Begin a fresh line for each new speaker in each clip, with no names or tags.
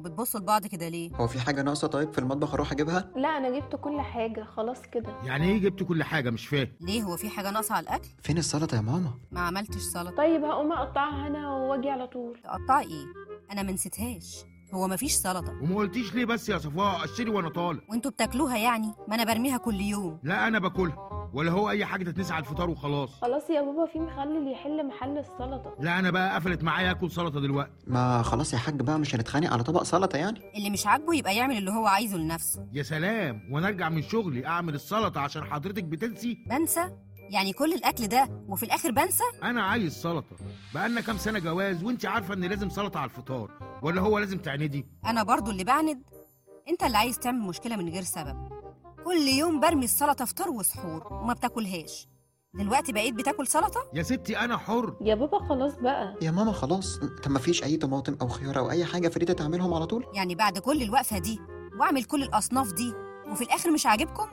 بتبصوا لبعض كده ليه
هو في حاجة ناقصة طيب في المطبخ أروح أجيبها؟
لا انا جبت كل حاجه خلاص كده
يعني ايه جبت كل حاجه مش فاهم
ليه هو في حاجه ناقصه على الاكل
فين السلطة يا ماما؟
ما عملتش سلطه
طيب هقوم اقطعها انا واجي على طول
تقطعي ايه انا ما نسيتهاش هو ما فيش سلطه
وما قلتيش ليه بس يا صفاء اشتري وانا طالع
وانتوا بتاكلوها يعني ما انا برميها كل يوم
لا انا باكلها ولا هو اي حاجه تتنسي على الفطار وخلاص
خلاص يا بابا في مخلل يحل محل السلطه
لا انا بقى قفلت معايا اكل سلطه دلوقتي
ما خلاص يا حاج بقى مش هنتخانق على طبق سلطة يعني
اللي مش عاجبه يبقى يعمل اللي هو عايزه لنفسه
يا سلام وانا ارجع من شغلي اعمل السلطه عشان حضرتك بتنسي
بنسى يعني كل الاكل ده وفي الاخر بنسى
انا عايز سلطه بقالنا كام سنه جواز وانت عارفه ان لازم سلطه على الفطار ولا هو لازم تعندي
انا برضو اللي بعند انت اللي عايز تعمل مشكله من غير سبب كل يوم برمي السلطه فطار وسحور وما بتاكلهاش دلوقتي بقيت بتاكل سلطه
يا ستي انا حر
يا بابا خلاص بقى
يا ماما خلاص طب ما فيش أي طماطم أو خيار أو أي حاجة فريدة تعملهم على طول؟
يعني بعد كل الوقفه دي واعمل كل الاصناف دي وفي الاخر مش عاجبكم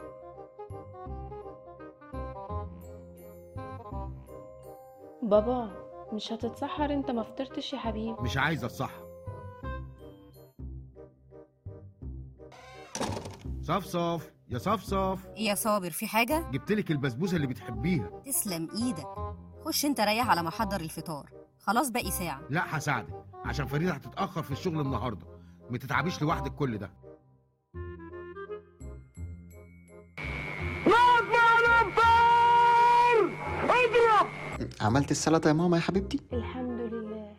بابا مش هتتسحر انت ما فطرتش يا حبيبي
مش عايز الصح صفصف يا صفصف
ايه يا صابر في حاجه
جبتلك البسبوسه اللي بتحبيها
تسلم ايدك خش انت ريح على ما احضر الفطار خلاص باقي ساعه
لا هساعدك عشان فريده هتتاخر في الشغل النهارده ما تتعبيش لوحدك كل ده
عملت السلطة يا ماما يا حبيبتي؟
الحمد لله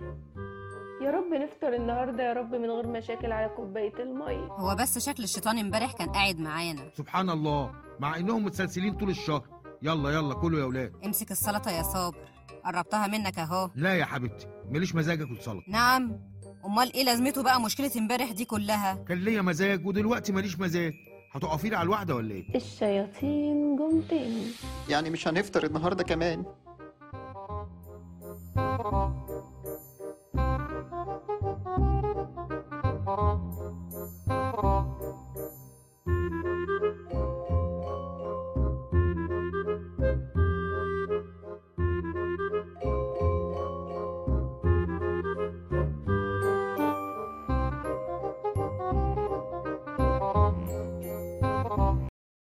يا رب نفطر النهارده يا رب من غير مشاكل على كوبايه الميه
هو بس شكل الشيطان امبارح كان قاعد معانا
سبحان الله مع انهم متسلسلين طول الشهر يلا يلا كلوا يا ولاد
امسك السلطه يا صابر قربتها منك اهو
لا يا حبيبتي ماليش مزاج اكل سلطه
نعم امال ايه لازمته بقى مشكله امبارح دي كلها
كان ليا مزاج ودلوقتي ماليش مزاج هتقفي لي على الواحده ولا ايه
الشياطين جم تاني
يعني مش هنفطر النهاردة كمان